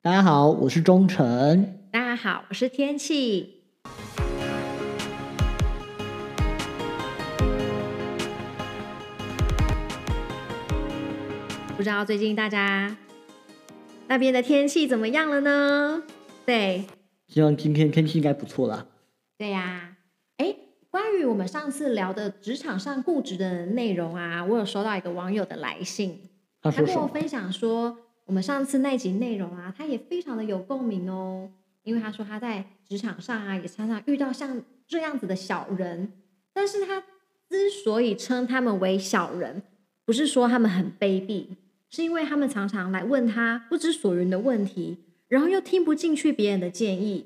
大家好，我是钟诚。大家好，我是天气。不知道最近大家那边的天气怎么样了呢？对，希望今天天气应该不错啦。对呀、诶哎，关于我们上次聊的职场上固执的内容啊，我有收到一个网友的来信，他他说什跟我么？分享说，我们上次那集内容啊，他也非常的有共鸣哦。因为他说他在职场上啊，也常常遇到像这样子的小人，但是他之所以称他们为小人，不是说他们很卑鄙，是因为他们常常来问他不知所云的问题，然后又听不进去别人的建议。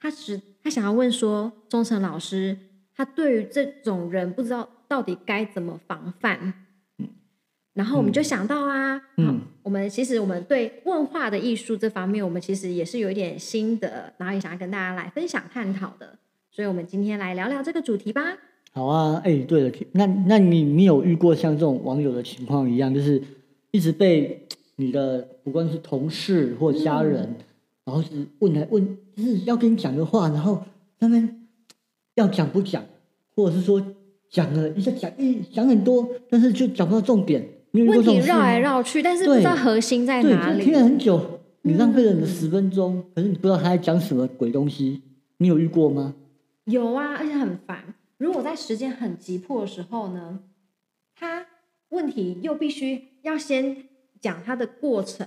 他只他想要问说，钟诚老师，他对于这种人不知道到底该怎么防范。然后我们就想到啊，嗯好我们其实我们对问话的艺术这方面，我们其实也是有一点心得，然后也想要跟大家来分享探讨的。所以，我们今天来聊聊这个主题吧。好啊，哎、对了，那那你你有遇过像这种网友的情况一样，就是一直被你的不管是同事或家人，嗯然后是问来问，就是要跟你讲的话，然后他们要讲不讲，或者是说讲了一下讲一讲很多，但是就讲不到重点。你有遇过问这题种事绕吗来绕去，但是不知道对核心在对，哪就听里。了很久，你浪费了你的嗯十分钟，可是你不知道他在讲什么鬼东西，你有遇过吗？有啊，而且很烦。如果在时间很急迫的时候呢，他问题又必须要先讲他的过程，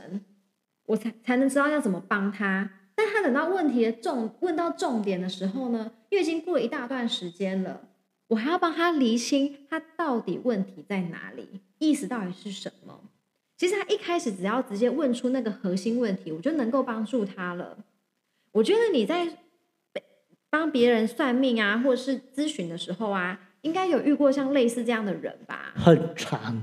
我才才能知道要怎么帮他。但他等到问题的重问到重点的时候呢，又已经过了一大段时间了，我还要帮他厘清他到底问题在哪里，意思到底是什么。其实他一开始只要直接问出那个核心问题，我就能够帮助他了。我觉得你在帮别人算命啊，或者是咨询的时候啊，应该有遇过像类似这样的人吧？很长，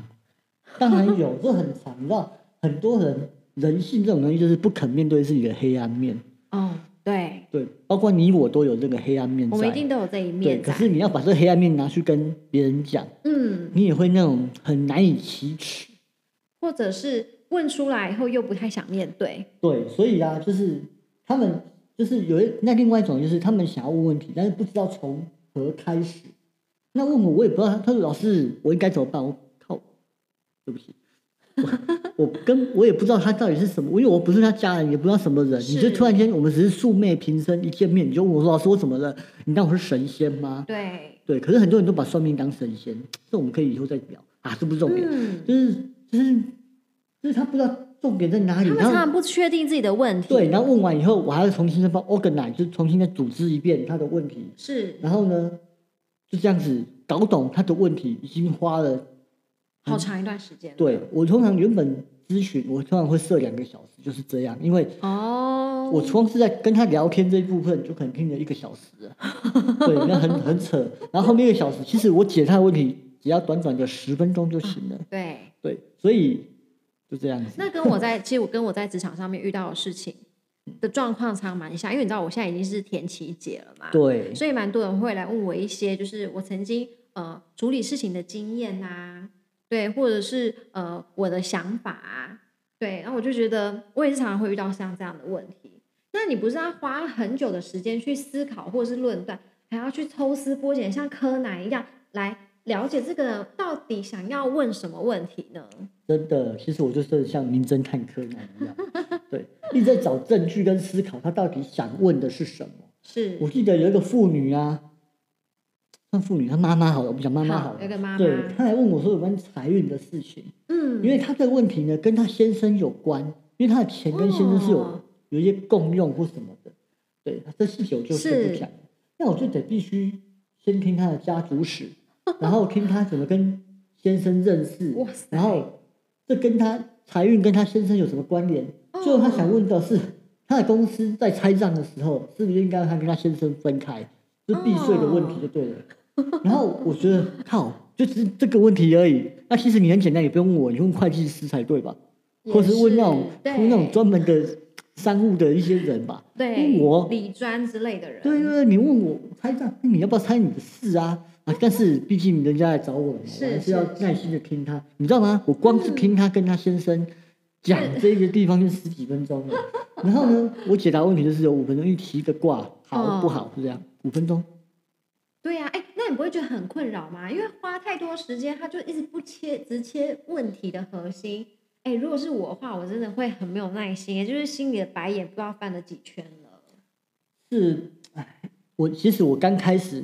当然有，这很长，你知道，很多人人性这种东西就是不肯面对自己的黑暗面，哦，对，对，包括你我都有这个黑暗面我们一在。定都有这一对，面啊可在。是你要把这个黑暗面拿去跟别人讲，嗯，你也会那种很难以启齿。或者是问出来以后又不太想面对。对，所以啊，就是他们就是有一那另外一种就是他们想要问问题，但是不知道从何开始。那问我，我也不知道。他说：“老师，我应该怎么办？”我靠，对不起，我我跟我也不知道他到底是什么，因为我不是他家人，也不知道什么人。你就是突然间，我们只是素昧平生，一见面你就问我说：“老师，我怎么了？你当我是神仙吗对？”，对，可是很多人都把算命当神仙，这我们可以以后再聊啊，这不是重点，嗯，就是就是就是他不知道重点在哪里，他们然后常常不确定自己的问题。对，，然后问完以后，我还要重新再帮 organize，就重新再组织一遍他的问题。是然后呢，就这样子搞懂他的问题，已经花了。好长一段时间。，对我通常原本咨询，我通常会设两个小时，就是这样，因为哦，我光是在跟他聊天这一部分，就可能听了一个小时了对，那很很扯。然后后面一个小时，其实我解他的问题只要短短的十分钟就行了。对，对，所以就这样子。那跟我在 其实我跟我在职场上面遇到的事情的状况常常蛮像，因为你知道我现在已经是田七姐了嘛。对，所以蛮多人会来问我一些，就是我曾经呃处理事情的经验呐、对，或者是呃我的想法啊，对，然后我就觉得我也是常常会遇到像这样的问题。那你不是要花很久的时间去思考或是论断，还要去抽丝剥茧，像柯南一样来了解这个人到底想要问什么问题呢？真的，其实我就是像名侦探柯南一样， 对，一直在找证据跟思考，他到底想问的是什么。是我记得有一个妇女啊，算妇女，她妈妈好了，我们讲妈妈好了，有个妈妈，对，她来问我说有关财运的事情，嗯，因为她这个问题呢跟她先生有关，因为她的钱跟先生是有、哦有一些共用或什么的，对，这细节我就是不讲了，那我就得必须先听她的家族 史，然后听她怎么跟先生认识，哇塞，然后这跟他财运跟他先生有什么关联？哦最后他想问的是，他的公司在拆账的时候，是不是应该让他跟他先生分开？是避税的问题就对了。然后我觉得靠，就只是这个问题而已。那其实你很简单，也不用问我，你问会计师才对吧？也或是问那种对问那种专门的商务的一些人吧。对问我理专之类的人，对对对，你问我拆账，哎你要不要猜你的事啊？啊，但是毕竟人家来找我了嘛，是我还是是要耐心的听他。你知道吗？我光是听他跟他先生讲这个地方就十几分钟了，然后呢，我解答问题就是有五分钟，因为提一个卦好不好是这样，五分钟。对呀、哎、那你不会觉得很困扰吗？因为花太多时间，他就一直不切直切问题的核心。哎、如果是我的话，我真的会很没有耐心，也就是心里的白眼不知道翻了几圈了。是，唉我其实我刚开始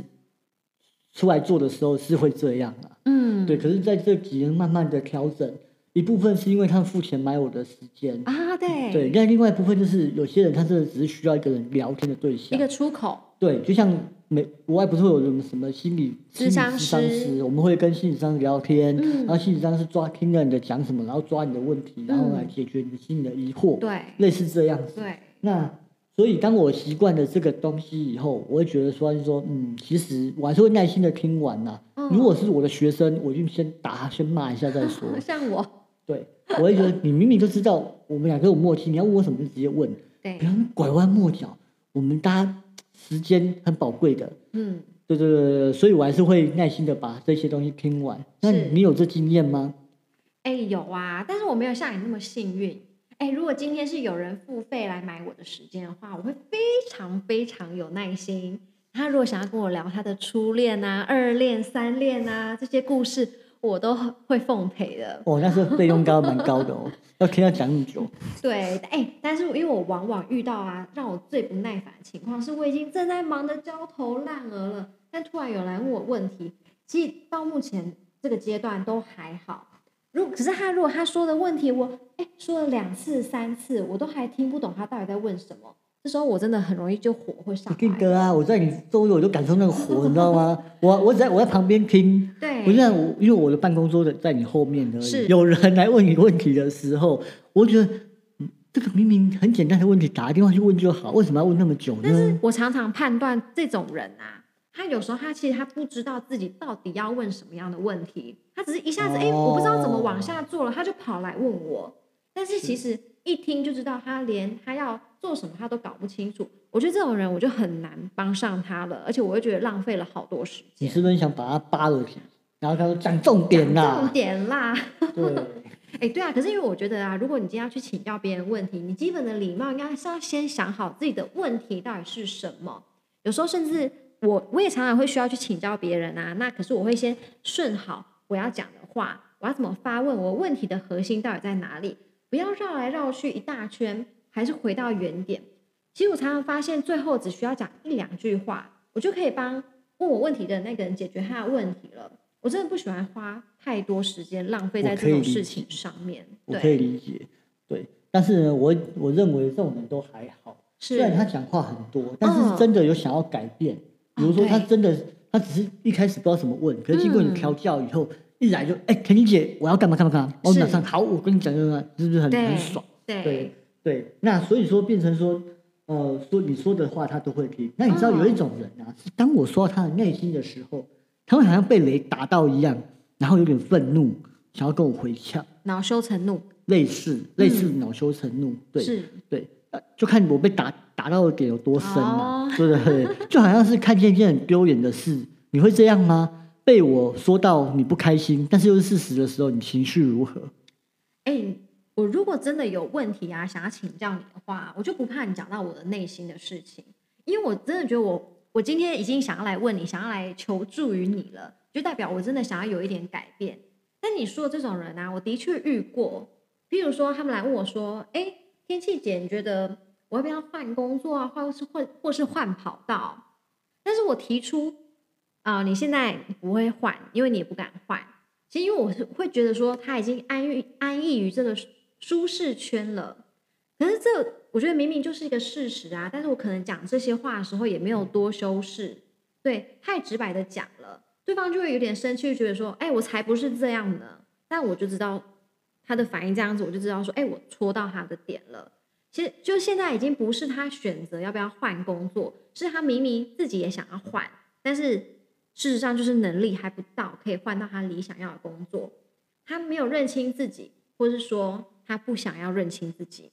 出来做的时候是会这样啊，嗯，对。可是在这几年慢慢的调整，一部分是因为他们付钱买我的时间，啊，对，对。但另外一部分就是有些人他真的只是需要一个人聊天的对一象个，出口，对。就像美国外不是会有什么什么心理咨心理商咨商师师，我们会跟心理咨商聊天，嗯然后心理咨商师抓听了你的讲什么，然后抓你的问题，然后嗯来解决你心里的疑惑，对类似这样子。对，那所以当我习惯了这个东西以后，我会觉得说，就是说，嗯，其实我还是会耐心的听完呐、嗯如果是我的学生，我就先打他，先骂一下再 说。像我，对，我会觉得你明明就知道我们两个有默契，你要问我什么就直接问，对不，要拐弯抹角。我们大家时间很宝贵的，嗯，对对对对，对所以我还是会耐心的把这些东西听完。那是你有这经验吗？哎、有啊，但是我没有像你那么幸运。哎、如果今天是有人付费来买我的时间的话，我会非常非常有耐心。他如果想要跟我聊他的初恋啊、二恋、三恋啊这些故事，我都会奉陪的。哦，那时候费用高蛮高的哦，要听他讲那么久。对，哎、但是因为我往往遇到啊，让我最不耐烦的情况是，我已经正在忙得焦头烂额了，但突然有人来问我问题，其实到目前这个阶段都还好。如可是他如果他说的问题，我哎、说了两次三次，我都还听不懂他到底在问什么，这时候我真的很容易就火会上一定来。的啊！我在你周围，我就感受那个火，你知道 吗？我我只在我在旁边听，对，我在我因为我的办公桌的在你后面而是已。有人来问你问题的时候，我觉得、嗯这个明明很简单的问题，打个电话去问就好，为什么要问那么久但是呢？我常常判断这种人啊，他有时候他其实他不知道自己到底要问什么样的问题，他只是一下子哎、诶我不知道怎么往下做了，他就跑来问我。但是其实一听就知道，他连他要做什么他都搞不清楚。我觉得这种人我就很难帮上他了，而且我会觉得浪费了好多时你间。是不是很想把他扒了去？然后他说讲重点重啦，点啦，对，哎、对啊，可是因为我觉得啊，如果你今天要去请教别人问题，你基本的礼貌应该是要先想好自己的问题到底是什么。有时候甚至我我也常常会需要去请教别人啊，那可是我会先顺好我要讲的话，我要怎么发问，我问题的核心到底在哪里，不要绕来绕去一大圈，还是回到原点。其实我常常发现，最后只需要讲一两句话，我就可以帮问我问题的那个人解决他的问题了。我真的不喜欢花太多时间浪费在我这可以种理事解情上面。我可对，以理解，对。但是呢，我我认为这种人都还好，虽然是，他讲话很多，但嗯是真的有想要改变。比如说，哦对他真的他只是一开始不知道怎么问，可是经过你嗯调教以后，一来就哎，田妮姐，我要干嘛干嘛干嘛，我是马上好，我跟你讲讲讲，是不是很对很爽？对对，对，那所以说变成说，呃，说你说的话他都会听。那你知道嗯有一种人啊，是当我说到他的内心的时候，他会好像被雷打到一样，然后有点愤怒，想要跟我回呛，恼羞成怒，类似类似恼羞成怒，对。是，对，呃就看我被打打到的点有多深啊，哦对对对， 就好像是看见一件很丢脸的事，你会这样吗？被我说到你不开心，但是又是事实的时候，你情绪如何？哎、我如果真的有问题啊，想要请教你的话，我就不怕你讲到我的内心的事情，因为我真的觉得我我今天已经想要来问你，想要来求助于你了，就代表我真的想要有一点改变。但你说的这种人啊，我的确遇过，譬如说他们来问我说：“哎、天气姐，你觉得我要不要换工作啊，或是或或是换跑道？”但是我提出啊、你现在不会换，因为你也不敢换。其实因为我是会觉得说他已经安于安逸于这个舒舒适圈了，可是这我觉得明明就是一个事实啊，但是我可能讲这些话的时候也没有多修饰，对，太直白的讲了，对方就会有点生气，觉得说，哎，我才不是这样呢。但我就知道他的反应这样子，我就知道说，哎，我戳到他的点了。其实就现在已经不是他选择要不要换工作，是他明明自己也想要换，但是事实上就是能力还不到可以换到他理想要的工作，他没有认清自己，或是说他不想要认清自己。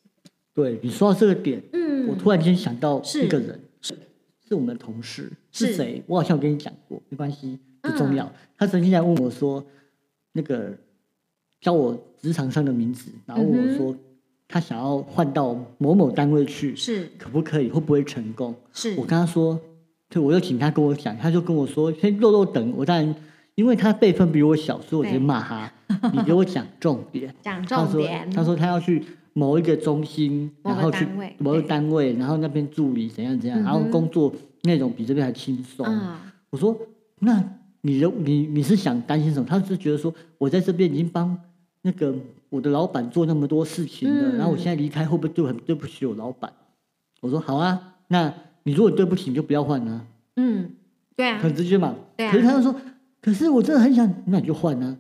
对你说到这个点，嗯，我突然间想到是一个人，是是我们的同事，是嗯是谁？我好像有跟你讲过，没关系，不重要。他曾经来问我说，那个叫我职场上的名字，然后问嗯我哼说，他想要换到某某单位去，是可不可以？会不会成功？是我跟他说，对，我就请他跟我讲，他就跟我说，先肉肉等我。当然，因为他辈分比我小，所以我就对骂他，你给我讲重点。讲他 重说点，他说他要去某一个中心，某然个后去单位某个对单位，然后那边助理怎样怎样，然后嗯哼工作内容比这边还轻松。嗯，我说那你的你你是想担心什么？他是觉得说我在这边已经帮那个我的老板做那么多事情了，嗯然后我现在离开会不会对我很对不起我老板？我说好啊，那你如果对不起你就不要换啊，嗯，对啊，很直接嘛。对啊可是他又说，可是我真的很想，那你就换啊。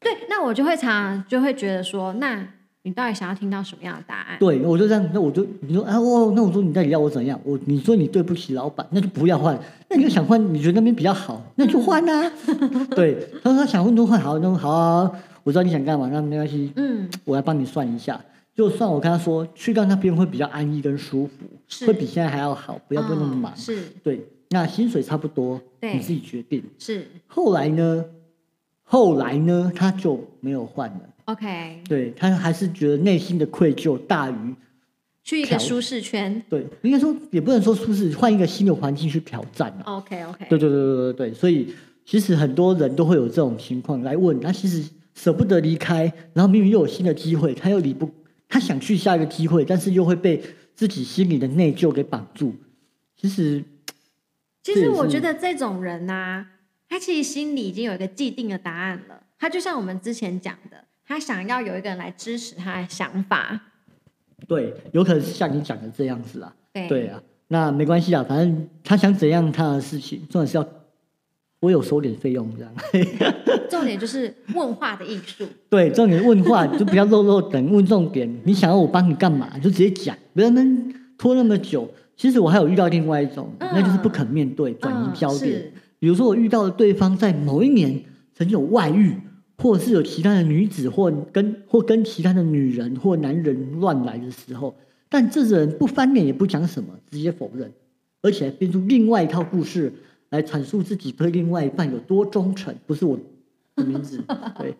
对，那我就会常常就会觉得说，那你到底想要听到什么样的答案？对，我就这样，那我就你说啊哦，那我说你到底要我怎样？我你说你对不起老板，那就不要换，那你就想换，你觉得那边比较好，那就换啊。 对，他说他想换就换，好，那好啊，我知道你想干嘛，那没关系，嗯，我来帮你算一下。就算我跟他说去到那边会比较安逸跟舒服，是会比现在还要好，不要不会那么嗯忙。是对，那薪水差不多，对你自己决定。是后来呢？后来呢？他就没有换了。嗯，OK，对他还是觉得内心的愧疚大于去一个调舒适圈对，应该说也不能说舒适，换一个新的环境去挑战啊。 ，OK OK，对对对对对对，所以其实很多人都会有这种情况来问，他其实舍不得离开，然后明明又有新的机会，他又离不，他想去下一个机会，但是又会被自己心里的内疚给绑住。其实这其实也我觉是得这种人呐、他其实心里已经有一个既定的答案了。他就像我们之前讲的，他想要有一个人来支持他的想法。对，有可能是像你讲的这样子啊。对对啊，那没关系啊，反正他想怎样他的事情，重点是要我有收点费用这样。重点就是问话的艺术。对，重点问话就不要漏漏等，问重点。你想要我帮你干嘛，就直接讲，不要那么拖那么久。其实我还有遇到另外一种，嗯那就是不肯面对，转嗯移焦点。是比如说，我遇到了对方在某一年曾经有外遇，或者是有其他的女子或跟或跟其他的女人或男人乱来的时候，但这人不翻脸也不讲什么，直接否认，而且还编出另外一套故事来阐述自己对另外一半有多忠诚，不是我的名字，对，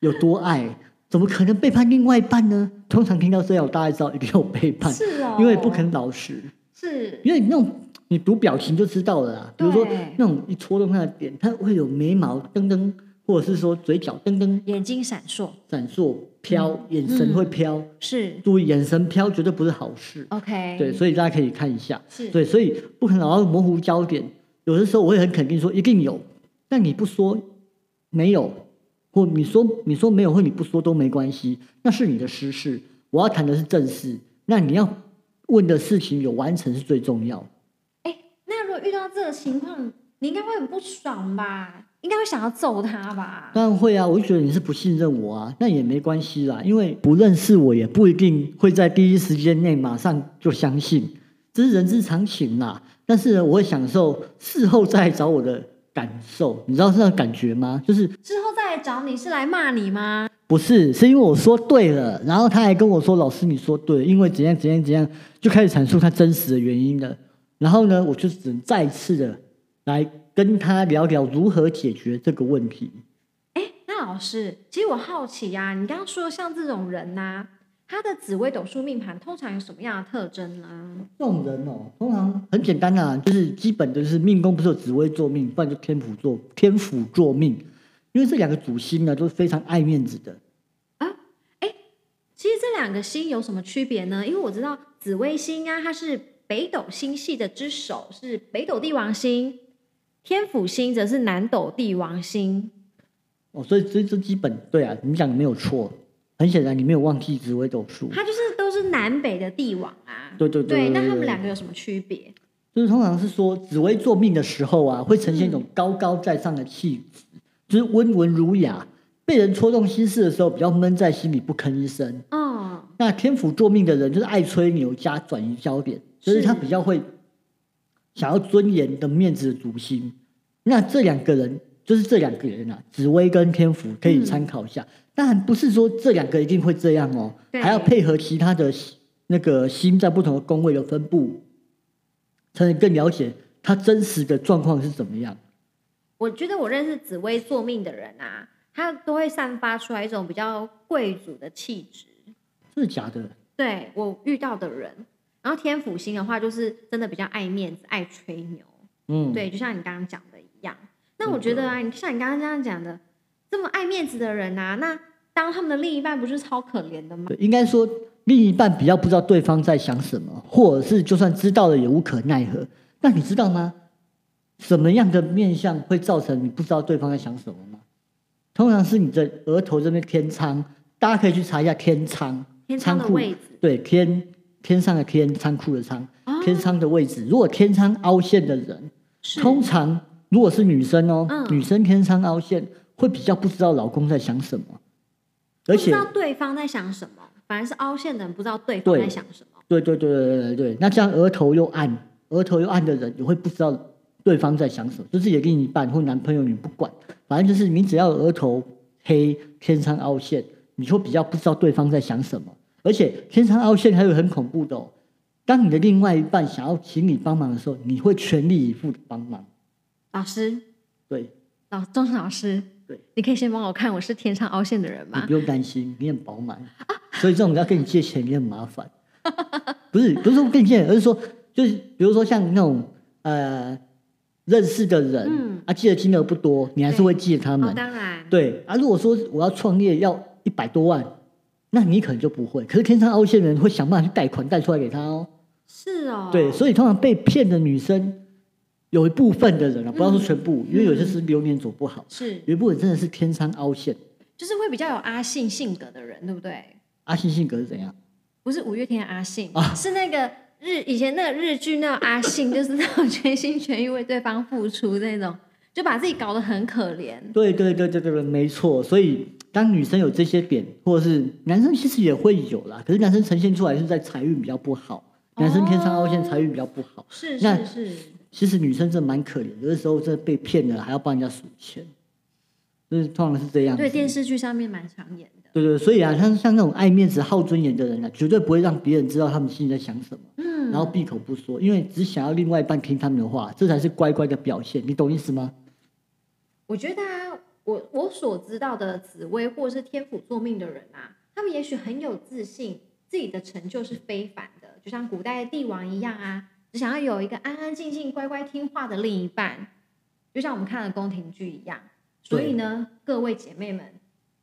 有多爱，怎么可能背叛另外一半呢？通常听到这样，我大概知道一定有背 叛，是哦，因为不肯老实。是因为你那种你读表情就知道了啊啦，比如说对那种一戳动他的点，他会有眉毛噔噔，或者是说嘴角噔噔眼睛闪烁，闪烁飘，眼神会飘，嗯是注意眼神飘绝对不是好事。 OK，对，所以大家可以看一下。是对，所以不可能老是模糊焦点，有的时候我也很肯定说一定有，但你不说没有，或你说你说没有或你不说都没关系，那是你的私事。我要谈的是正事，那你要问的事情有完成是最重要的。哎，那如果遇到这个情况，你应该会很不爽吧？应该会想要揍他吧？当然会啊，我就觉得你是不信任我啊，那也没关系啦，因为不认识我也不一定会在第一时间内马上就相信，这是人之常情啦。但是呢我会享受事后再来找我的感受，你知道这种感觉吗？就是之后再来找你是来骂你吗？不是是因为我说对了，然后他还跟我说老师你说对了，因为怎样怎样怎样，就开始阐述他真实的原因了。然后呢，我就只能再次的来跟他聊聊如何解决这个问题。哎，那老师，其实我好奇呀、你刚刚说像这种人呐、他的紫微斗数命盘通常有什么样的特征呢？这种人哦，通常很简单啊，就是基本的就是命宫不是有紫微坐命，不然就天府坐天府坐命，因为这两个主星呢都是非常爱面子的。其实这两个星有什么区别呢？因为我知道紫微星啊，它是北斗星系的之首，是北斗帝王星；天府星则是南斗帝王星。哦，所以这这基本对啊，你讲的没有错，很显然你没有忘记紫微斗数，它就是都是南北的帝王啊。对对对对那他们对两个有什么区别？就是通常是说紫微坐命的时候啊，会呈现一种高高在上的气质，就是温文儒雅，被人戳动心事的时候比较闷在心里不吭一声。哦，那天府坐命的人就是爱吹牛加转移焦点，就是他比较会想要尊严的面子的主心。那这两个人就是这两个人啊，紫薇跟天府可以参考一下。当然不是说这两个一定会这样哦，对还要配合其他的那个星在不同的宫位的分布，才能更了解他真实的状况是怎么样。我觉得我认识紫薇坐命的人啊，他都会散发出来一种比较贵族的气质。真的假的？对我遇到的人。然后天府星的话，就是真的比较爱面子、爱吹牛。嗯，，对，就像你刚刚讲的一样。那真我觉的得啊，你像你刚刚这样讲的，这么爱面子的人啊，那当他们的另一半不是超可怜的吗？对，应该说另一半比较不知道对方在想什么，或者是就算知道了也无可奈何。那你知道吗？什么样的面相会造成你不知道对方在想什么吗？通常是你的额头这边天仓，大家可以去查一下天仓，天仓的仓库位置对天天上的天，仓库的仓，啊，天仓的位置。如果天仓凹陷的人，是通常如果是女生哦，嗯女生天仓凹陷会比较不知道老公在想什么，而不知且道对方在想什么，反而是凹陷的人不知道对方对在想什么。对对对对对对，那这样额头又暗，额头又暗的人也会不知道对方在想什么，就是也另一半或男朋友你不管，反正就是你只要额头黑、天仓凹陷，你就比较不知道对方在想什么。而且天仓凹陷还有很恐怖的哦，当你的另外一半想要请你帮忙的时候，你会全力以赴的帮忙。老师，对老钟老师，对，你可以先帮我看我是天上凹陷的人你吗不？用担心，你很饱满，所以这种要跟你借钱也很麻烦。不是，不是说跟你借钱，而是说就是比如说像那种呃认识的人、嗯啊，借的金额不多，你还是会借他哦们，。当然，对啊，如果说我要创业要一百多万，那你可能就不会。可是天上凹陷的人会想办法去贷款贷出来给他哦。是哦，对，所以通常被骗的女生有一部分的人啊，不要说全部，嗯因为有些是流年走不好，是有一部分真的是天上凹陷。就是会比较有阿信性格的人，对不对？阿信啊性格是怎样？不是五月天的阿信，啊是那个日以前那个日剧那种阿信， 就是那种全心全意为对方付出那种，就把自己搞得很可怜。对对对对对对，没错。所以当女生有这些点，或者是男生其实也会有啦，可是男生呈现出来是在财运比较不好，男生天上凹陷，哦财运比较不好。是那是是，其实女生真的蛮可怜，有的时候真的被骗了，还要帮人家数钱，就是通常是这样子。对电视剧上面蛮常演的。对对，所以啊，像像那种爱面子、好尊严的人啊，绝对不会让别人知道他们心里在想什么，嗯，然后闭口不说，因为只想要另外一半听他们的话，这才是乖乖的表现，你懂意思吗？我觉得啊，我我所知道的紫薇或者是天府作命的人啊，他们也许很有自信，自己的成就是非凡的，就像古代的帝王一样啊，只想要有一个安安静静、乖乖听话的另一半，就像我们看的宫廷剧一样。所以呢，各位姐妹们，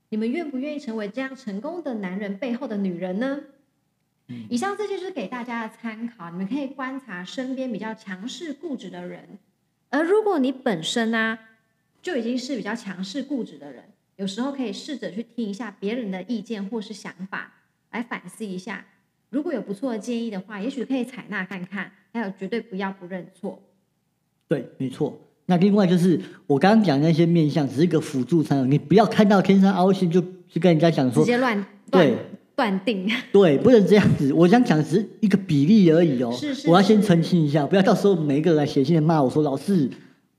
你们愿不愿意成为这样成功的男人背后的女人呢？嗯以上这些就是给大家的参考，你们可以观察身边比较强势固执的人，而如果你本身啊呢、就已经是比较强势固执的人，有时候可以试着去听一下别人的意见或是想法，来反思一下。如果有不错的建议的话，也许可以采纳看看，还有绝对不要不认错。对，没错。那另外就是我刚刚讲那些面相，只是一个辅助参考，你不要看到天上凹陷就去跟人家讲直说，接乱对断断定， 对，不能这样子。我想讲的只是一个比例而已哦。是是我要先是澄清一下，不要到时候每一个人来写信来骂我说老师，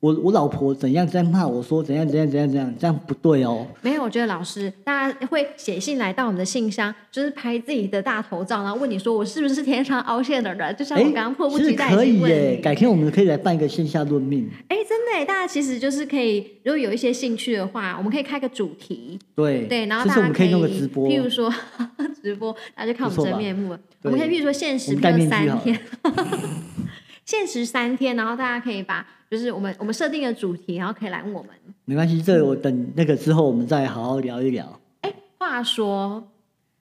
我我老婆怎样在骂我说怎样怎样怎样怎样，这样不对哦。没有，我觉得老师大家会写信来到我们的信箱，就是拍自己的大头照，然后问你说我是不是天上凹陷的人？就像哎，我刚刚迫不其实及待可已以经问耶，你。改天我们可以来办一个线下论命。哎，真的耶，大家其实就是可以，如果有一些兴趣的话，我们可以开个主题，对对，然后这大次我家们可以弄个直播，譬如说直播，大家就看我不错们吧真面目了。我对们可以譬如说限时我们戴譬如面具三好了天， 限时三天，然后大家可以把就是我们我们设定的主题，然后可以来问我们。没关系，这个我等那个之后我们再好好聊一聊。话说，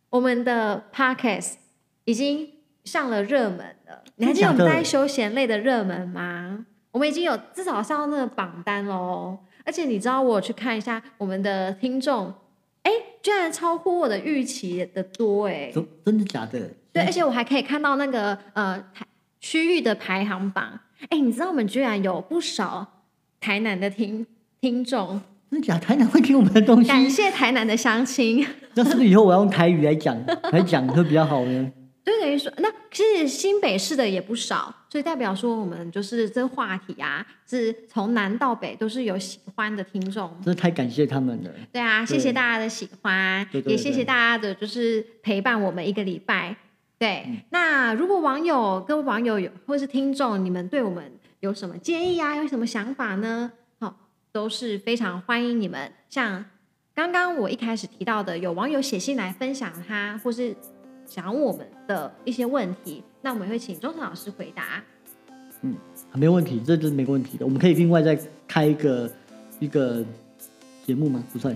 我们的 podcast 已经上了热门了，你还记得我们真的假在的休闲类的热门吗？我们已经有至少上到那个榜单喽。而且你知道，我有去看一下我们的听众，哎，居然超乎我的预期的多哎。真真的假的？对，而且我还可以看到那个呃台区域的排行榜。哎，你知道我们居然有不少台南的听听众，真的假的？台南会听我们的东西？感谢台南的乡亲。那是不是以后我要用台语来讲 来讲会比较好呢？就等于说，那其实新北市的也不少，所以代表说我们就是这话题啊，是从南到北都是有喜欢的听众。真的太感谢他们了。对啊，谢谢对大家的喜欢，对对也谢谢对大家的就是陪伴我们一个礼拜。对，嗯那如果网友跟网友有或是听众，你们对我们有什么建议啊，有什么想法呢？好，都是非常欢迎你们。像刚刚我一开始提到的，有网友写信来分享他或是想要问我们的一些问题，那我们会请钟诚老师回答。没问题，这就是没问题的。我们可以另外再开一个一个节目吗？不算，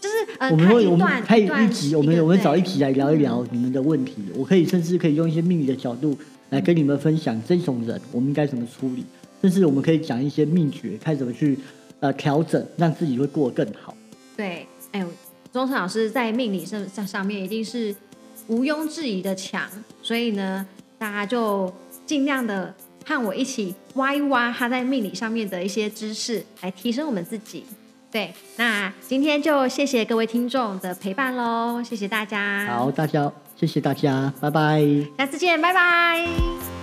就是呃，我们会看我一们段开段一集，我们个我们找一对嗯集来聊一聊你们的问题。我可以甚至可以用一些命理的角度来跟你们分享这种人我们应该怎么处理，甚至我们可以讲一些秘诀，看怎么去呃调整，让自己会过得更好。对，哎呦，钟诚老师在命理上上上面一定是毋庸置疑的强，所以呢，大家就尽量的和我一起挖一挖他在命理上面的一些知识，来提升我们自己。对，那今天就谢谢各位听众的陪伴喽，谢谢大家，好，大家谢谢大家，拜拜。下次见，拜拜。